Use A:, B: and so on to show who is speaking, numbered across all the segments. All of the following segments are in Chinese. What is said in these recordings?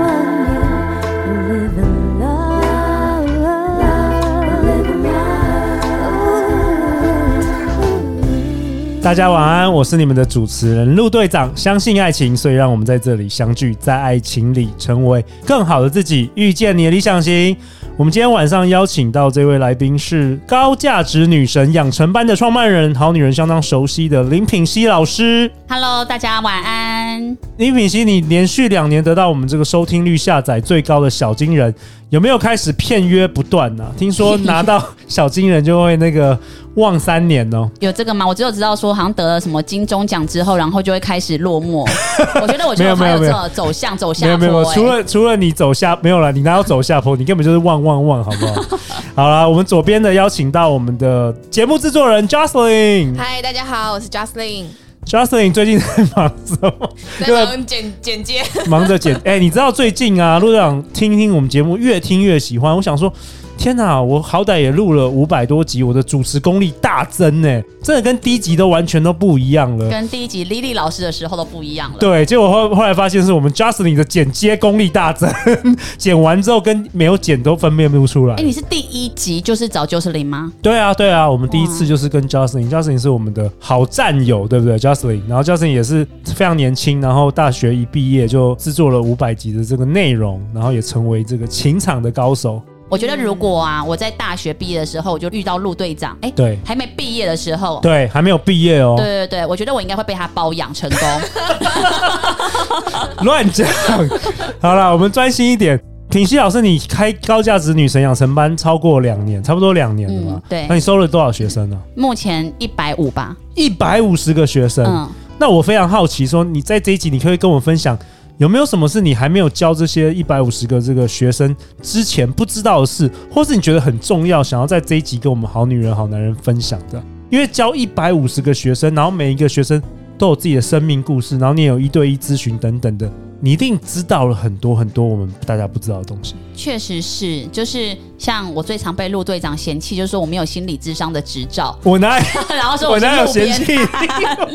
A: love you, live in love, live in love.
B: 大家晚安，我是你们的主持人陆队长。相信爱情，所以让我们在这里相聚，在爱情里成为更好的自己，遇见你的理想型。我们今天晚上邀请到这位来宾是高价值女神养成班的创办人，好女人相当熟悉的林品熙老师。
C: Hello，大家晚安。
B: 林品熙，你连续两年得到我们这个收听率下载最高的小金人，有没有开始片约不断呢、听说拿到小金人就会那个 忘三年哦。
C: 有这个吗？我只有知道说，好像得了什么金钟奖之后，然后就会开始落 寞。我觉得我就
B: 没有没
C: 还
B: 有
C: 有这
B: 没
C: 种走向走
B: 没
C: 下
B: 有没有，没有
C: 坡、
B: 除
C: 欸。
B: 了除了你走下没有了，你哪有走下坡？你根本就是旺旺旺，好不好？好了，我们左边的邀请到我们的节目制作人 Jocelyn。
D: 嗨，大家好，我是 Justin，
B: Jocelyn 最近在忙什么？
D: 在忙剪剪接，
B: 忙着剪。哎、你知道最近啊，陆队长听听我们节目，越听越喜欢。我想说，天哪，我好歹也录了五百多集，我的主持功力大增呢、真的跟第一集都完全都不一样了。
C: 跟第一集 Lily 老师的时候都不一样了。
B: 对，结果后后来发现是我们 Jocelyn 的剪接功力大增， 剪完之后跟没有剪都分辨不出来。
C: 哎、你是第一集就是找 Jocelyn 吗？
B: 对啊，对啊，我们第一次就是跟 Jocelyn，Jocelyn 是我们的好战友，对不对？Jocelyn，然后 Jocelyn 也是非常年轻，然后大学一毕业就制作了五百集的这个内容，然后也成为这个情场的高手。
C: 我觉得如果啊，我在大学毕业的时候，我就遇到陆队长，哎、
B: 嗯对
C: 还没毕业的时候，
B: 对，还没有毕业哦
C: 对，对对，我觉得我应该会被他包养成 功。
B: 乱讲。 好了，我们专心一点。品熙老师，你开高价值女神养成班超过两年，差不多两年了吧？
C: 嗯对
B: 那你收了多少学生呢、啊
C: 目前一百五吧，
B: 一百五十个学生。
C: 嗯，
B: 那我非常好奇说你在这一集，你可以跟我分享有没有什么是你还没有教这些一百五十个这个学生之前不知道的事，或是你觉得很重要，想要在这一集跟我们好女人、好男人分享的？因为教一百五十个学生，然后每一个学生都有自己的生命故事，然后你也有一对一咨询等等的，你一定知道了很多很多我们大家不知道的东西。
C: 确实是，就是像我最常被陆队长嫌弃，就是说我没有心理智商的执照，
B: 我哪
C: 然后说
B: 我
C: 是
B: 哪有
C: 路
B: 嫌
C: 边
B: 弃？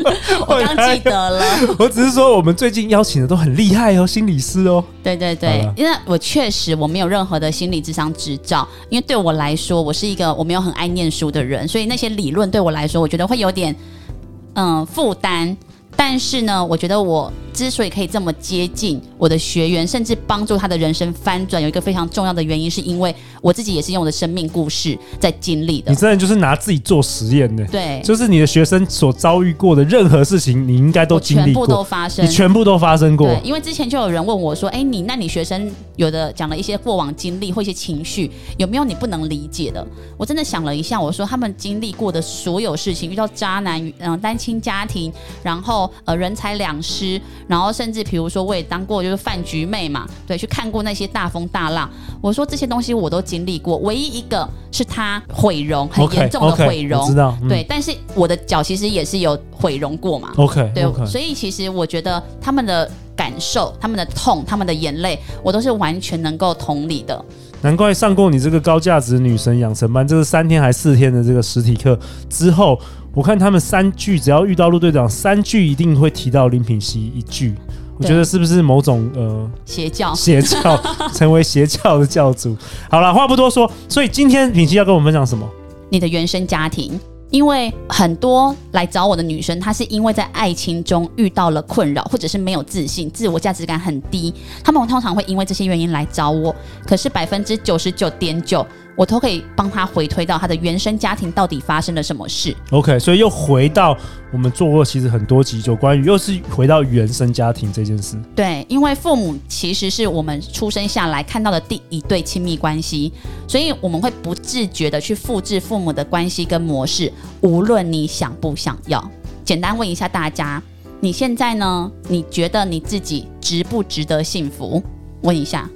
C: 我刚记得了，
B: 我只是说我们最近邀请的都很厉害哦，心理师哦。
C: 对对
B: 好
C: 对
B: 了，
C: 因为我确实我没有任何的心理智商执照，因为对我来说，我是一个我没有很爱念书的人，所以那些理论对我来说，我觉得会有点嗯负担。但是呢，我觉得我之所以可以这么接近我的学员，甚至帮助他的人生翻转，有一个非常重要的原因，是因为我自己也是用我的生命故事在经历的
B: 你。真的就是拿自己做实验呢、
C: 对，
B: 就是你的学生所遭遇过的任何事情，你应该都
C: 我
B: 经
C: 全
B: 历
C: 部都
B: 过，
C: 发生
B: 你，全部都发生过。
C: 对，因为之前就有人问我说：“哎、你那你学生有的讲了一些过往经历或一些情绪，有没有你不能理解的？”我真的想了一下，我说他们经历过的所有事情，遇到渣男、嗯、单亲家庭，然后呃人财两失，然后甚至比如说我也当过就是饭局妹嘛，对，去看过那些大风大浪。我说这些东西我都经历过，唯一一个是他毁容，很
B: OK，
C: 严重的
B: OK，
C: 毁容
B: 我知道嗯
C: 对，但是我的脚其实也是有毁容过嘛，
B: OK，
C: 对
B: OK
C: 所以其实我觉得他们的感受、他们的痛、他们的眼泪，我都是完全能够同理的。
B: 难怪上过你这个高价值女神养成班，这是三天还四天的这个实体课之后，我看他们三句，只要遇到陆队长，三句一定会提到林品熙一句。我觉得是不是某种呃
C: 邪教，
B: 邪教， 成为邪教的教主？好了，话不多说，所以今天品熙要跟我们分享什么？
C: 你的原生家庭，因为很多来找我的女生，她是因为在爱情中遇到了困扰，或者是没有自信、自我价值感很低，她们通常会因为这些原因来找我。可是百分之九十九点九，我都可以帮她回推到她的原生家庭到底发生了什么事。
B: OK，所以又回到我们做过其实很多集，就关于又是回到原生家庭这件事。
C: 对，因为父母其实是我们出生下来看到的第一对亲密关系，所以我们会不自觉的去复制父母的关系跟模式，无论你想不想要。简单问一下大家，你现在呢？你觉得你自己值不值得幸福？问一下，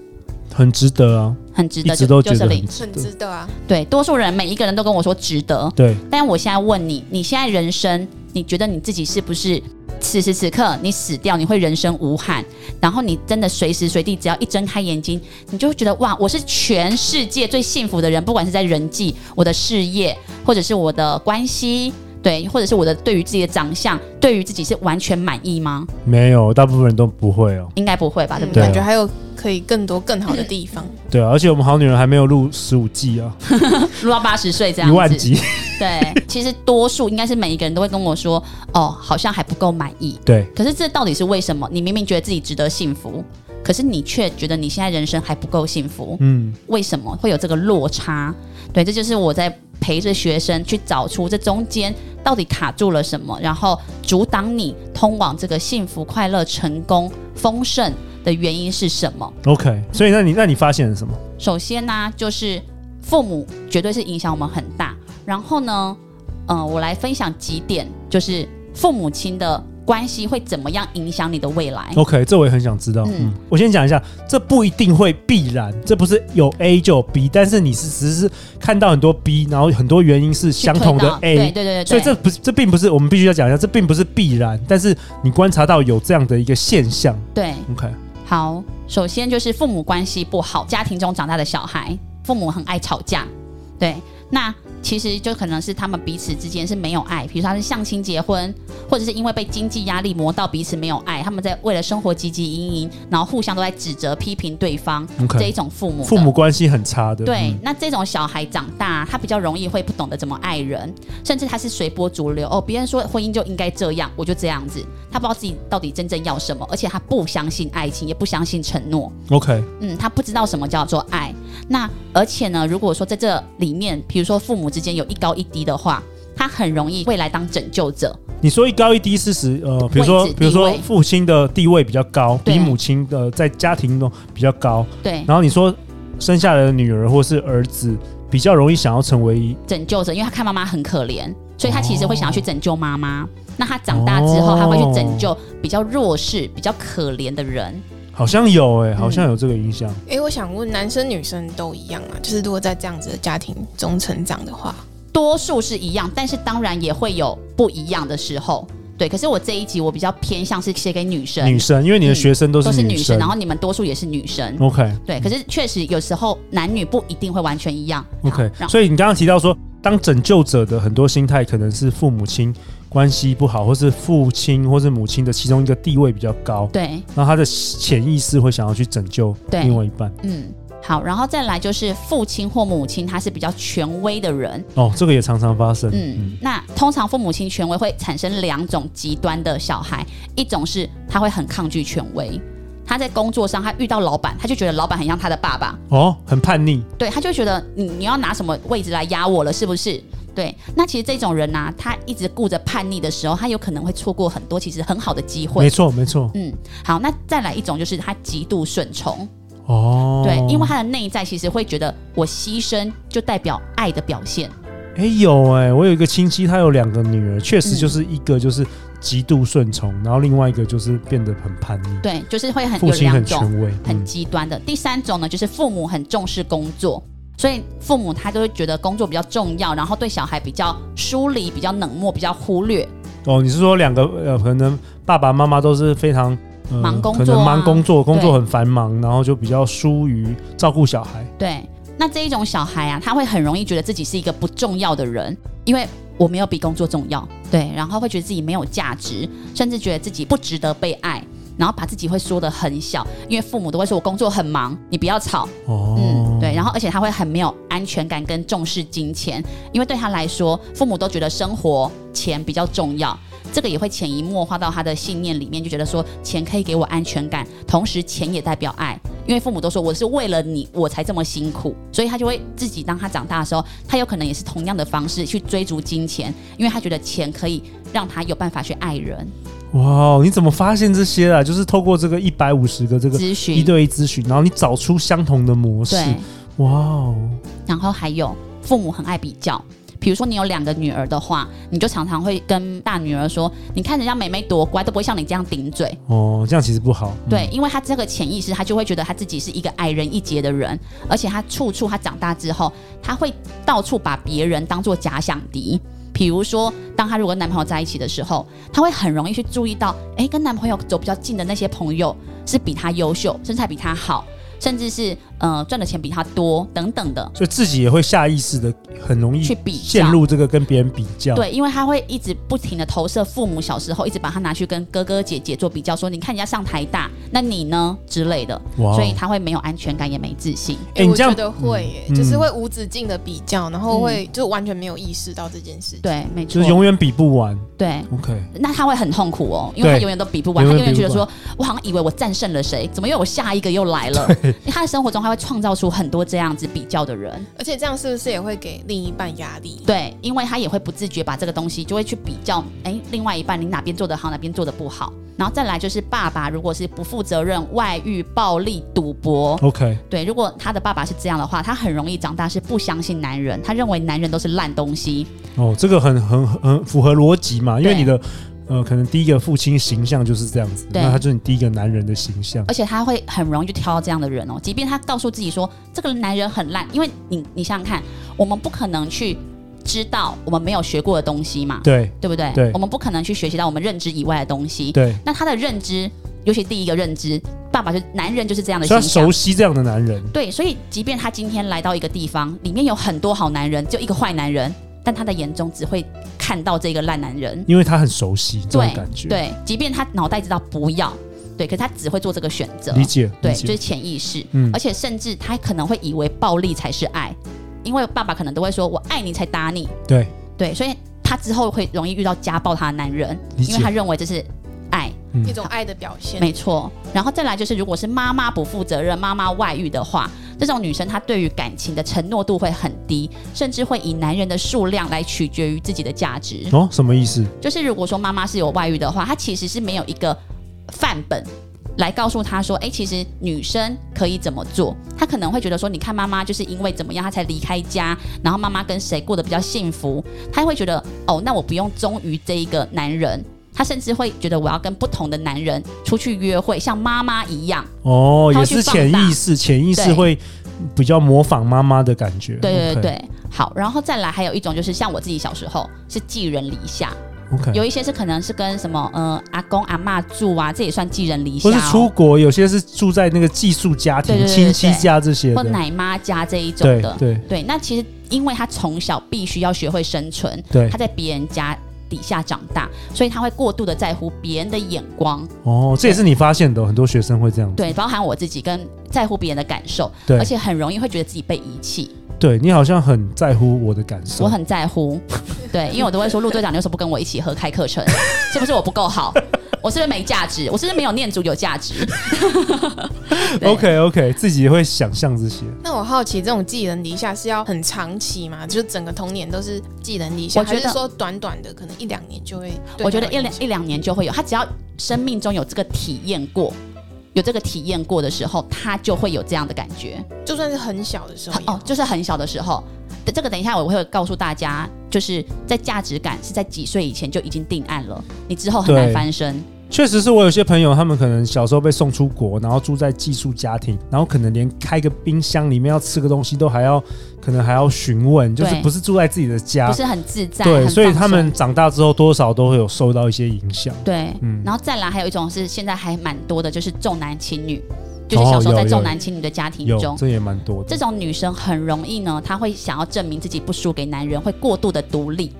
B: 很值得啊，
C: 很值
B: 一
C: 得，
B: 直
C: 就
B: 都
C: 就
B: 觉
C: 这
B: 得
C: 里
B: 很。值
D: 很
B: 得。
D: 值得啊。
C: 对，多数人每一个人都跟我说值得，
B: 对，
C: 但我现在问你，你现在人生，你觉得你自己是不是此时此刻你死掉，你会人生无憾。然后你真的随时随地，只要一睁开眼睛，你就会觉得哇，我是全世界最幸福的人，不管是在人际、我的事业，或者是我的关系。对，或者是我的对于自己的长相，对于自己是完全满意吗？
B: 没有，大部分人都不会哦。
C: 应该不会吧，对不对？
B: 对
D: 感觉还有可以更多更好的地方。
B: 对啊，而且我们好女人还没有录十五季啊，
C: 录到八十岁这样
B: 一
C: 子，
B: 万集。
C: 对，其实多数应该是每一个人都会跟我说，哦，好像还不够满意。
B: 对，
C: 可是这到底是为什么？你明明觉得自己值得幸福，可是你却觉得你现在人生还不够幸福，
B: 嗯，
C: 为什么会有这个落差？对，这就是我在陪着学生去找出这中间到底卡住了什么，然后阻挡你通往这个幸福、快乐、成功、丰盛的原因是什么？
B: OK，所以那你那你发现了什么？
C: 首先呢、就是父母绝对是影响我们很大。然后呢，呃，我来分享几点，就是父母亲的关系会怎么样影响你的未来。
B: OK，这我也很想知道。嗯，我先讲一下，这不一定会必然，这不是有 A 就有 B，但是你是只是看到很多 B，然后很多原因是
C: 去
B: 相同
C: 推
B: 的
C: 导
B: A，
C: 对对对对，
B: 所以这不是这并不是我们必须要讲一下，这并不是必然，但是你观察到有这样的一个现象。
C: 对
B: OK，
C: 好。首先就是父母关系不好，家庭中长大的小孩，父母很爱吵架，对，那其实就可能是他们彼此之间是没有爱，比如说他是相亲结婚，或者是因为被经济压力磨到彼此没有爱，他们在为了生活汲汲营营，然后互相都在指责批评对方
B: OK
C: 这一种父母的
B: 父母关系很差的。
C: 对
B: 嗯，
C: 那这种小孩长大，他比较容易会不懂得怎么爱人，甚至他是随波逐流。哦，别人说婚姻就应该这样，我就这样子。他不知道自己到底真正要什么，而且他不相信爱情，也不相信承诺。
B: OK，
C: 嗯，他不知道什么叫做爱。那而且呢，如果说在这里面，比如说父母之间有一高一低的话，他很容易未来当拯救者。
B: 你说一高一低是指呃，比如说
C: 位置
B: 比如说
C: 地位
B: 父亲的地位比较高，
C: 对
B: 比母亲的在家庭中比较高，
C: 对，
B: 然后你说生下来的女儿或是儿子比较容易想要成为
C: 拯救者，因为他看妈妈很可怜，所以他其实会想要去拯救妈妈。那他长大之后，他会去拯救比较弱势、比较可怜的人。
B: 好像有哎、好
C: 嗯
B: 像有这个影响。
D: 哎、我想问，男生女生都一样啊？就是如果在这样子的家庭中成长的话，
C: 多数是一样，但是当然也会有不一样的时候。对，可是我这一集我比较偏向是写给女生，
B: 女生，因为你的
C: 嗯
B: 学生都是
C: 是
B: 女生哦
C: 生，然后你们多数也是女生。
B: OK
C: 对，可是确实有时候男女不一定会完全一样。
B: OK，
C: 好然后
B: 所以你刚刚提到说，当拯救者的很多心态可能是父母亲关系不好，或是父亲或是母亲的其中一个地位比较高，
C: 对，
B: 然后他的潜意识会想要去拯救
C: 对
B: 另外一半。
C: 嗯，好，然后再来就是父亲或母亲，他是比较权威的人。
B: 哦，这个也常常发生。
C: 嗯，那通常父母亲权威会产生两种极端的小孩，一种是他会很抗拒权威，他在工作上他遇到老板，他就觉得老板很像他的爸爸，
B: 哦，很叛逆。
C: 对，他就觉得你你要拿什么位置来压我了，是不是？对，那其实这种人呐、他一直顾着叛逆的时候，他有可能会错过很多其实很好的
B: 没
C: 机会。
B: 错，没错。
C: 嗯，好，那再来一种就是他极度顺从，
B: 哦，
C: 对，因为他的内在其实会觉得我牺牲就代表爱的表现，
B: 哎、有哎、我有一个亲戚，他有两个女儿，确实
C: 嗯
B: 就是一个就是极度顺从，然后另外一个就是变得很叛逆，
C: 对，就是会很
B: 父
C: 有
B: 亲
C: 两
B: 很
C: 种
B: 权威，
C: 很
B: 嗯
C: 极端的。第三种呢，就是父母很重视工作，所以父母他就会觉得工作比较重要，然后对小孩比较疏离、比较冷漠、比较忽略。
B: 哦，你是说两个呃，可能爸爸妈妈都是非常、呃、
C: 忙工作啊
B: 可能忙工作，工作
C: 对
B: 很繁忙，然后就比较疏于照顾小孩。
C: 对，那这一种小孩啊，他会很容易觉得自己是一个不重要的人，因为我没有比工作重要，对，然后会觉得自己没有价值，甚至觉得自己不值得被爱。然后把自己会缩得很小，因为父母都会说我工作很忙，你不要吵，
B: 哦，
C: 嗯，对，然后而且他会很没有安全感跟重视金钱，因为对他来说，父母都觉得生活钱比较重要，这个也会潜移默化到他的信念里面，就觉得说钱可以给我安全感，同时钱也代表爱，因为父母都说我是为了你我才这么辛苦，所以他就会自己当他长大的时候，他有可能也是同样的方式去追逐金钱，因为他觉得钱可以让他有办法去爱人、
B: 哇，你怎么发现这些啊？就是透过这个一百五十个这个
C: 咨
B: 一
C: 询，
B: 对一咨询，然后你找出相同的模式。
C: 对。
B: 哇哦，
C: 然后还有父母很爱比较。比如说你有两个女儿的话，你就常常会跟大女儿说：“你看人家妹妹多乖，都不会像你这样顶嘴。
B: 哦，这样其实不好。嗯
C: 对，因为她这个潜意识，她就会觉得她自己是一个矮人一截的人，而且她处处她长大之后，她会到处把别人当做假想敌。比如说，当她如果跟男朋友在一起的时候，她会很容易去注意到，哎，跟男朋友走比较近的那些朋友是比她优秀，身材比她好，甚至是呃赚的钱比她多等等的。
B: 所以自己也会下意识的很容易
C: 去比较
B: 陷入这个跟别人比较。，
C: 对，因为她会一直不停的投射父母小时候，一直把她拿去跟哥哥姐姐做比较，说你看人家上台大，那你呢之类的，
B: 哇哦
C: 所以她会没有安全感，也没自信。
B: 哎
D: 哎、
B: 你
D: 我
B: 这样
D: 觉得会耶、
B: 嗯
D: 就是会无止境的比较，然后会、就完全没有意识到这件事情。，
C: 嗯对，没错
B: 就是，永远比不完。
C: 对。
B: OK，
C: 那他会很痛苦哦，因为他
B: 对
C: 永远都比不完，他
B: 永
C: 永
B: 远
C: 远觉得
B: 比不
C: 说，我好像以为我战胜了谁，怎么又有下一个又 来了？因为他的生活中他会创造出很多这样子比较的人，
D: 而且这样是不是也会给另一半压力？
C: 对，因为他也会不自觉把这个东西就会去比较，哎，另外一半你哪边做得好，哪边做得不好，然后再来就是爸爸如果是不负责任、外遇、暴力、赌博，
B: OK，
C: 对，如果他的爸爸是这样的话，他很容易长大是不相信男人，他认为男人都是烂东西，
B: 哦，这个很很很符合逻辑嘛，因为
C: 对
B: 你的呃，可能第一个父亲形象就是这样子，
C: 对
B: 那他就是你第一个男人的形象。
C: 而且他会很容易就挑到这样的人哦。即便他告诉自己说这个男人很烂，因为你你想想看，我们不可能去知道我们没有学过的东西嘛，
B: 对
C: 对不对？
B: 对
C: 我们不可能去学习到我们认知以外的东西。
B: 对，
C: 那他的认知，尤其第一个认知，爸爸就是男人就是这样的
B: 所以
C: 形
B: 他熟
C: 象。
B: 悉这样的男人。
C: 对，所以即便他今天来到一个地方，里面有很多好男人，就一个坏男人，但他的眼中只会看到这个烂男人。
B: 因为他很熟悉这种
C: 对
B: 感觉，，
C: 对，即便他脑袋知道不要，对，可是他只会做这个选择。
B: 理解，
C: 对，
B: 理
C: 就
B: 解
C: 是潜意识，
B: 嗯
C: 而且甚至他可能会以为暴力才是爱，因为爸爸可能都会说“我爱你才打你
B: 对，”，
C: 对，所以他之后会容易遇到家暴他的男人，
B: 理
C: 因为他
B: 解，
C: 认为这是爱，
D: 一种爱的表现。
C: 没错。然后再来就是，如果是妈妈不负责任、妈妈外遇的话，这种女生她对于感情的承诺度会很低，甚至会以男人的数量来取决于自己的价值。
B: 哦，什么意思？
C: 就是如果说妈妈是有外遇的话，她其实是没有一个范本来告诉她说，哎、其实女生可以怎么做。她可能会觉得说，你看妈妈就是因为怎么样，她才离开家，然后妈妈跟谁过得比较幸福，她会觉得，哦，那我不用忠于这一个男人。她甚至会觉得我要跟不同的男人出去约会，像妈妈一样。
B: 哦，
C: 他
B: 也
C: 会去
B: 是潜意识，潜意识
C: 对
B: 会比较模仿妈妈的感觉，
C: 对对对
B: OK，
C: 对，好，然后再来还有一种就是像我自己小时候是寄人篱下，
B: ，OK，
C: 有一些是可能是跟什么呃阿公阿嬷住啊，这也算寄人篱下、
B: 或
C: 哦。
B: 是出国，有些是住在那个寄宿家
C: 对
B: 庭、
C: 对
B: 亲
C: 对
B: 戚家这些
C: 或
B: 的，
C: 奶妈家这一种
B: 对
C: 的。
B: 对
C: 对，那其实因为他从小必须要学会生存，
B: 对
C: 他，在别人家底下长大，所以他会过度的在乎别人的眼光，
B: 哦，这也是你发现的哦，很多学生会这样子，
C: 对，包含我自己跟在乎别人的感受，
B: 对
C: 而且很容易会觉得自己被遗弃，
B: 对你好像很在乎我的感受，
C: 我很在乎，对，因为我都会说陆队长你为什么不跟我一起合开课 程？是不是我不够好？我是不是没价值？我是不是没有念祖有价值？对
B: OK OK，自己会想象这些，
D: 那我好奇，这种寄人篱下是要很长期吗？就是整个童年都是寄人篱下，
C: 我觉得
D: 还是说短短的，可能一两年就会对他有影响？
C: 我觉得一两一两年就会有，他只要生命中有这个体验过，有这个体验过的时候，他就会有这样的感觉。
D: 就算是很小的时候也
C: 哦，就是很小的时候，这个等一下我会告诉大家，就是在价值感是在几岁以前就已经定案了，你之后很难
B: 对
C: 翻身。
B: 确实是我有些朋友，他们可能小时候被送出国，然后住在寄宿家庭，然后可能连开个冰箱里面要吃个东西都还要，可能还要询问，就是
C: 对
B: 不是住在自己的家
C: 不，是很自在，
B: 啊对，
C: 很
B: 所以
C: 放
B: 他
C: 松
B: 们长大之后多少都会有受到一些影响。
C: 对，
B: 嗯
C: 然后再来还有一种是现在还蛮多的，就是重男轻女，就是小时候
B: 哦有
C: 在重
B: 有
C: 男轻女的家庭
B: 有
C: 中，，
B: 这也蛮多
C: 这
B: 的。
C: 种女生很容易呢，她会想要证明自己不输给男人，会过度的独立。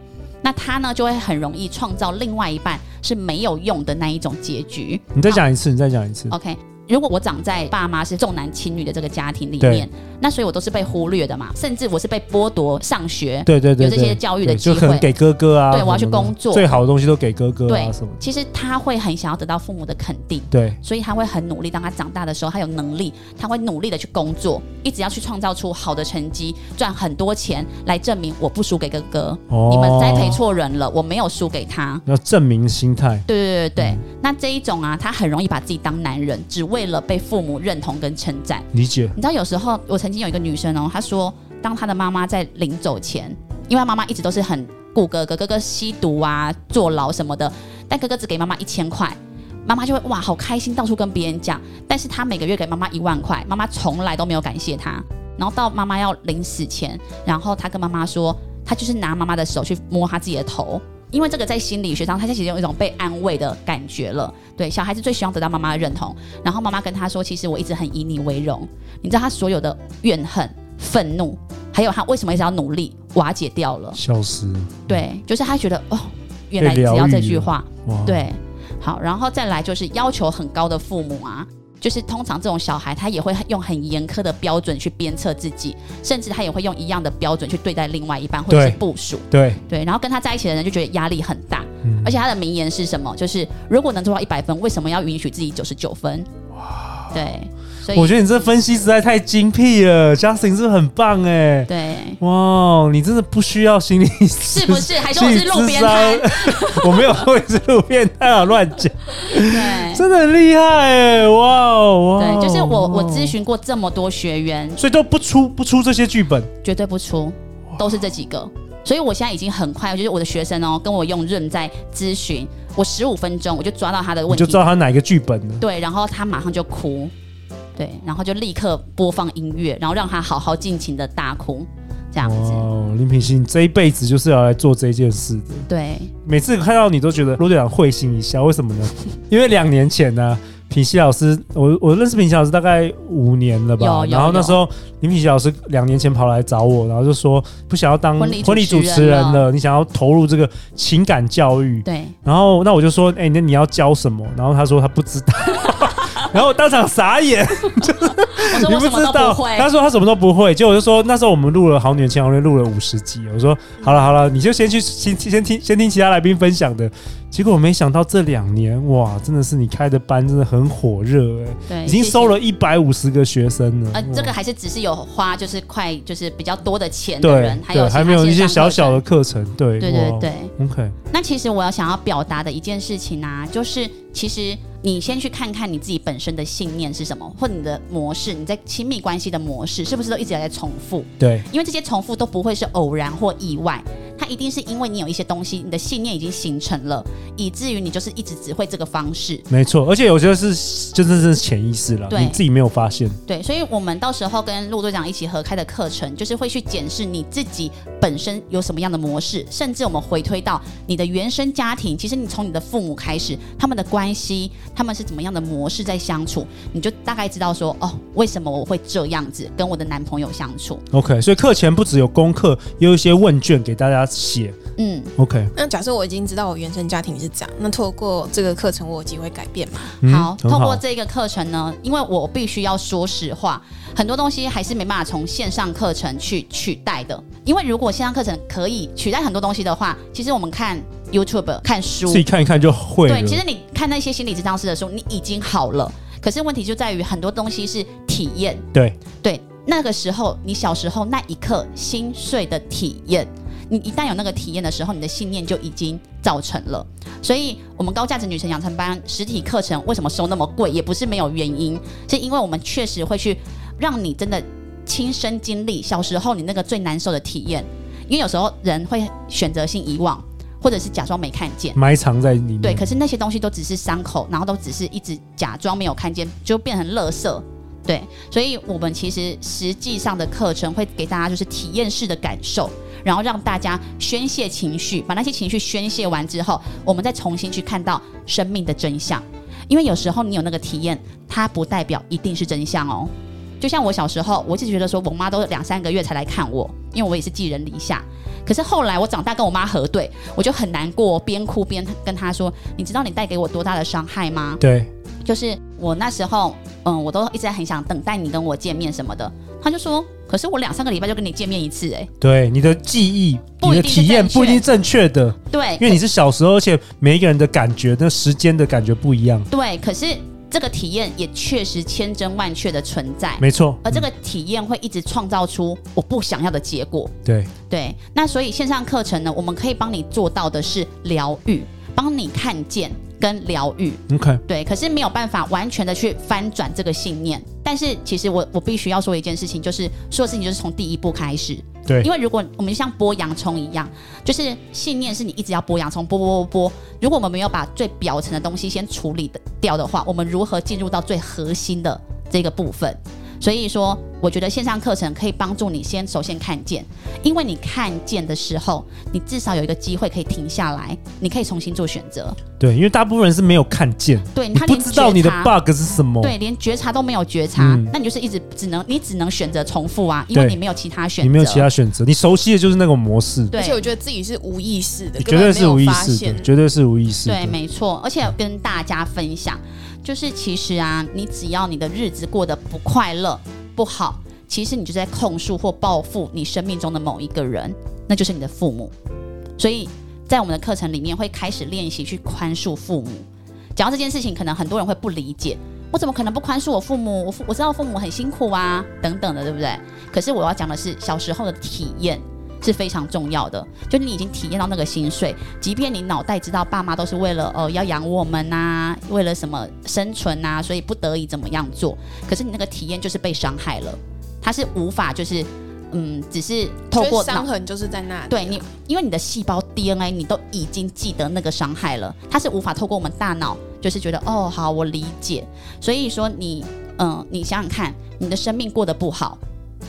C: 那她呢，就会很容易创造另外一半是没有用的那一种结局。
B: 你再讲一次，你再讲一次。
C: 好 OK，如果我长在爸妈是重男轻女的这个家庭里
B: 对
C: 面，那所以我都是被忽略的嘛，甚至我是被剥夺上学。
B: 对对对，
C: 有这些
B: 对
C: 教育的
B: 对
C: 机会
B: 就可能给哥哥啊，
C: 对我要
B: 什么的
C: 去工作
B: 最好的东西都给哥哥啊
C: 对
B: 什么的。
C: 其实她会很想要得到父母的肯定。
B: 对，
C: 所以她会很努力，当她长大的时候，她有能力，她会努力的去工作，一直要去创造出好的成绩，赚很多钱来证明我不输给哥哥。
B: 哦
C: 你们栽培错人了，我没有输给他。
B: 要证明心态。
C: 对对对对、
B: 嗯
C: 那这一种啊，他很容易把自己当男人，只为了被父母认同跟称赞。
B: 理解，
C: 你知道，有时候我曾经有一个女生哦，她说，当她的妈妈在临走前，因为她妈妈一直都是很顾哥哥，哥哥吸毒啊、坐牢什么的，但哥哥只给妈妈一千块，妈妈就会哇好开心，到处跟别人讲。但是她每个月给妈妈一万块，妈妈从来都没有感谢她。然后到妈妈要临死前，然后她跟妈妈说：“他就是拿妈妈的手去摸他自己的头，因为这个在心理学上，他其实有一种被安慰的感觉了。对，小孩子最希望得到妈妈的认同，然后妈妈跟他说：“其实我一直很以你为荣。”你知道他所有的怨恨、愤怒，还有他为什么一直要努力瓦解掉了。
B: 笑死，
C: 对，就是他觉得哦，原来只要这句话，
B: 哇，，
C: 对，好，然后再来就是要求很高的父母啊，就是通常这种小孩他也会用很严苛的标准去鞭策自己，甚至他也会用一样的标准去对待另外一半或者
B: 对
C: 是部署，
B: 对，
C: 对，然后跟他在一起的人就觉得压力很大，
B: 嗯
C: 而且他的名言是什么？就是如果能做到一百分，为什么要允许自己九十九分？哇，对，所以
B: 我觉得你这分析实在太精辟了，Justin 是不是很棒哎，
C: 对，
B: 哇，你真的不需要心理咨，
C: 是不是？还说我是路边摊
B: 心理？咨 商？我没有说你是路边摊啊，乱 讲，
C: 对。
B: 真的很厉害哎，哇哦，哇哦
C: 对，就是我，我咨，
B: 哇
C: 询过这么多学员，
B: 哦所以都不出不出这些剧本，
C: 绝对不出，都是这几个。所以我现在已经很快，就是我的学生哦，跟我用润在咨询，我十五分钟我就抓到他的
B: 你
C: 问
B: 就
C: 题
B: 知，道他哪一个剧本了。
C: 对，然后他马上就哭，对，然后就立刻播放音乐，然后让他好好尽情的大哭，这样子，
B: 哦，林品欣这一辈子就是要来做这件事的。
C: 对，
B: 每次看到你都觉得罗队长会心一笑，为什么 呢？因为两年前呢、品熙老师，我我认识品熙老师大概五年了吧
C: 有，有
B: 然后那
C: 有
B: 时候林品熙老师两年前跑来找我，然后就说不想要当
C: 婚礼主
B: 主
C: 持
B: 持
C: 人
B: 人
C: 了
B: 了，你想要投入这个情感教育，
C: 对，
B: 然后那我就说，哎、那你要教什么？然后他说他不知 道，然后我当场傻眼，
C: 我说
B: 你
C: 我什
B: 知
C: 么都
B: 道
C: 不会，
B: 他说他什么都不会，结果我就说那时候我们录了《好女人情郎》录了五十集，我说
C: 嗯
B: 好了好了，你就先去先先听先听其他来宾分享的。结果我没想到这两年哇，真的是你开的班真的很火热哎、
C: 对，
B: 已经
C: 谢谢
B: 收。了一百五十个学生了。
C: 呃，
B: 哇
C: 这个还是只是有花，就是快，就是比较多的钱的
B: 对
C: 人，还有
B: 对，
C: 其他
B: 还没有一些
C: 线
B: 小
C: 上课
B: 小的课程，对
C: 程，对对
B: 哇
C: 对。
B: ，OK，
C: 那其实我要想要表达的一件事情啊，就是其实你先去看看你自己本身的信念是什么，或你的模式，你在亲密关系的模式是不是都一直在重复？
B: 对
C: 因为这些重复都不会是偶然或意外，它一定是因为你有一些东西，你的信念已经形成了，以至于你就是一直只会这个方式。
B: 没错，而且有些是真的是潜意识了，
C: 对
B: 你自己没有发现，
C: 对，所以我们到时候跟陆队长一起合开的课程，就是会去检视你自己本身有什么样的模式，甚至我们回推到你的原生家庭，其实你从你的父母开始，他们的关系，他们是怎么样的模式在相处，你就大概知道说，哦，为什么我会这样子跟我的男朋友相处？
B: OK，所以课前不只有功课，也有一些问卷给大家写。
C: 嗯，
B: OK，
D: 那假设我已经知道我原生家庭是这样，那透过这个课程，我有机会改变嘛？
B: 嗯
C: 好，
B: 很
C: 透过这个课程呢，因为我必须要说实话，很多东西还是没办法从线上课程去取代的。因为如果线上课程可以取代很多东西的话，其实我们看 YouTube、看书
B: 自，己看一看就会了。
C: 对，其实你看那些心理治疗师的书，你已经好了。可是问题就在于很多东西是体验，
B: 对
C: 对，那个时候你小时候那一刻心碎的体验，你一旦有那个体验的时候，你的信念就已经造成了。所以，我们高价值女神养成班实体课程为什么收那么贵，也不是没有原因，是因为我们确实会去让你真的亲身经历小时候你那个最难受的体验，因为有时候人会选择性遗忘，或者是假装没看见。
B: 埋藏在里面。
C: 对，可是那些东西都只是伤口，然后都只是一直假装没有看见，就变成垃圾。对，所以我们其实实际上的课程会给大家就是体验式的感受，然后让大家宣泄情绪，把那些情绪宣泄完之后，我们再重新去看到生命的真相。因为有时候你有那个体验，它不代表一定是真相哦。就像我小时候，我一直觉得说我妈都两三个月才来看我，因为我也是寄人篱下。可是后来我长大跟我妈核对，我就很难过，边哭边跟她说：“你知道你带给我多大的伤害吗？
B: 对
C: 就是我那时候，嗯，我都一直很想等待你跟我见面什么的。”她就说：“可是我两三个礼拜就跟你见面一次、欸，哎，
B: 对，你的记忆、
C: 不
B: 你的
C: 一定是
B: 体验
C: 正确
B: 不一定正确的，
C: 对，
B: 因为你是小时候，而且每一个人的感觉、那时间的感觉不一样。
C: 对，可是这个体验也确实千真万确的存在。”
B: 没错，
C: 呃而这
B: 个、
C: 个体验会一直创造出我不想要的结果，
B: 对
C: 对，那所以线上课程呢，我们可以帮你做到的是疗愈，帮你看见跟疗愈。
B: ，OK，
C: 对，可是没有办法完全的去翻转这个信念。但是其实我我必须要说一件事情，就是所有事情就是从第一步开始。
B: 对
C: 因为如果我们就像剥洋葱一样，就是信念是你一直要剥洋葱，剥剥剥剥。如果我们没有把最表层的东西先处理的掉的话，我们如何进入到最核心的这个部分？所以说，我觉得线上课程可以帮助你先首先看见，因为你看见的时候，你至少有一个机会可以停下来，你可以重新做选择。
B: 对，因为大部分人是没有看见，
C: 对
B: 你
C: 他
B: 不
C: 连
B: 知道你的
C: 觉察
B: bug 是什么，
C: 对，连觉察都没有觉察，
B: 哦嗯
C: 那你就是一直只能你只能选择重复啊，因为
B: 对
C: 你没有其他选择，
B: 你没有其他选择，你熟悉的就是那个模式，
C: 对
D: 而且我觉得自己是无意识的，
B: 你
D: 根
B: 绝
D: 本
B: 对
D: 没
B: 是
D: 有
B: 无意
D: 发
B: 识
D: 现
B: 的，。绝对是无意识的
C: 对，，没错。而且要跟大家分享，就是其实啊，你只要你的日子过得不快乐、不好，其实你就在控诉或报复你生命中的某一个人，那就是你的父母。所以在我们的课程里面会开始练习去宽恕父母。讲到这件事情，可能很多人会不理解，我怎么可能不宽恕我父母？我父我知道父母很辛苦啊，等等的，对不对？可是我要讲的是，小时候的体验是非常重要的，就你已经体验到那个心碎，即便你脑袋知道爸妈都是为了呃要养我们呐、为了什么生存呐、所以不得已怎么样做，可是你那个体验就是被伤害了，它是无法就是嗯，只是透
D: 就是
C: 过脑
D: 伤痕就是在那里，啊
C: 对你，因为你的细胞 DNA 你都已经记得那个伤害了，它是无法透过我们大脑，就是觉得哦好，我理解。所以说你，嗯、你想想看，你的生命过得不好，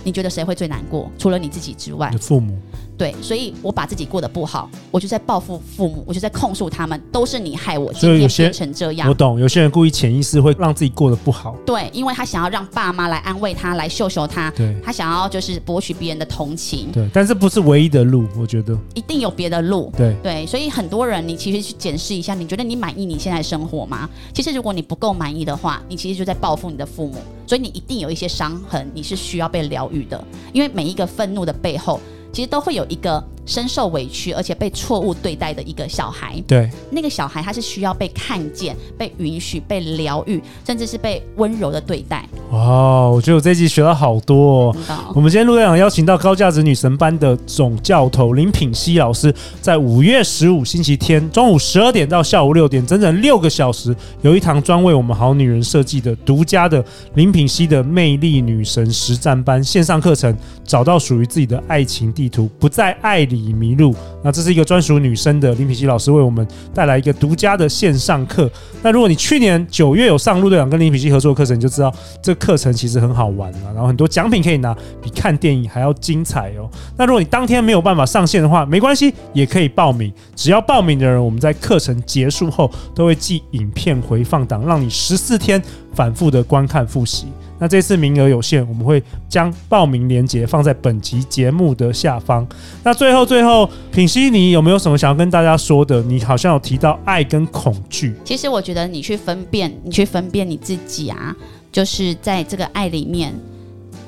C: 你觉得谁会最难过？除了你自己之外
B: 你的，父母
C: 对。所以我把自己过得不好，我就在报复父母，我就在控诉他们，都是你害我
B: 所以
C: 今
B: 有
C: 天
B: 些
C: 变成这样
B: 我。懂，有些人故意潜意识会让自己过得不好，
C: 对，因为他想要让爸妈来安慰他，来秀秀他，
B: 对
C: 他想要就是博取别人的同情，
B: 对，但这不是唯一的路，我觉得，
C: 一定有别的路。
B: 对
C: 对，所以很多人，你其实去检视一下，你觉得你满意你现在的生活吗？其实如果你不够满意的话，你其实就在报复你的父母，所以你一定有一些伤痕，你是需要被疗愈的。因为每一个愤怒的背后，其实都会有一个深受委屈而且被错误对待的一个小孩。
B: 对，
C: 那个小孩他是需要被看见、被允许、被疗愈，甚至是被温柔的对待。
B: 哇，我觉得我这一集学到好多、哦。
C: 你知道
B: 我们今天陆队长邀请到高价值女神班的总教头林品熙老师，在五月十五星期天中午十二点到下午六点，整整六个小时，有一堂专为我们好女人设计的独家的林品熙的魅力女神实战班线上课程，找到属于自己的爱情地图，不在爱里迷路。那这是一个专属女生的林品熙老师为我们带来一个独家的线上课。那如果你去年九月有上陆队长跟林品熙合作的课程，你就知道这课程其实很好玩啊，然后很多奖品可以拿，比看电影还要精彩哦。那如果你当天没有办法上线的话，没关系，也可以报名。只要报名的人，我们在课程结束后都会寄影片回放档，让你十四天反复的观看复习。那这次名额有限，我们会将报名链接放在本集节目的下方。那最后最后，品熙，你有没有什么想要跟大家说的？你好像有提到爱跟恐惧，
C: 其实我觉得你去分辨，你去分辨你自己啊，就是在这个爱里面，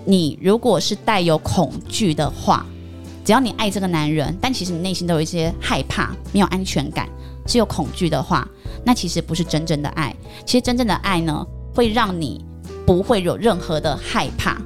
C: 你如果是带有恐惧的话，只要你爱这个男人，但其实你内心都有一些害怕、没有安全感，是有恐惧的话，那其实不是真正的爱。其实真正的爱呢，会让你不会有任何的害怕，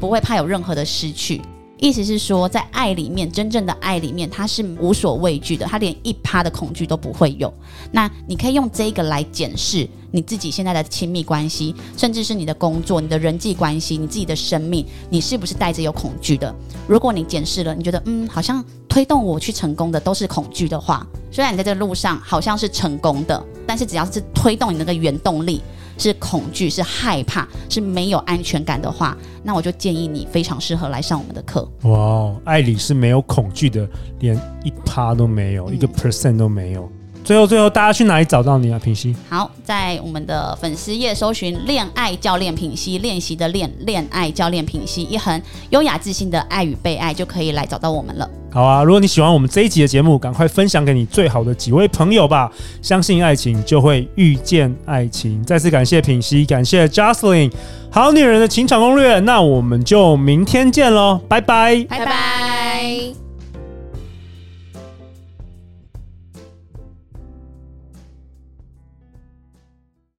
C: 不会怕有任何的失去。意思是说，在爱里面，真正的爱里面，他是无所畏惧的，他连一趴的恐惧都不会有。那你可以用这个来检视你自己现在的亲密关系，甚至是你的工作、你的人际关系、你自己的生命，你是不是带着有恐惧的？如果你检视了，你觉得嗯，好像推动我去成功的都是恐惧的话，虽然你在这路上好像是成功的，但是只要是推动你那个原动力。是恐惧，是害怕，是没有安全感的话，那我就建议你非常适合来上我们的课。
B: 哇哦，爱里是没有恐惧的，连一趴都没有，一个 percent 都没有。最后最后，大家去哪里找到你啊，品熙？
C: 好，在我们的粉丝页搜寻“恋爱教练品析”，练习的练，恋爱教练品析一横，优雅自信的爱与被爱就可以来找到我们了。
B: 好啊，如果你喜欢我们这一集的节目，赶快分享给你最好的几位朋友吧。相信爱情，就会遇见爱情。再次感谢品熙，感谢 Jocelyn，好女人的情场攻略。那我们就明天见喽，拜拜。
C: 拜拜。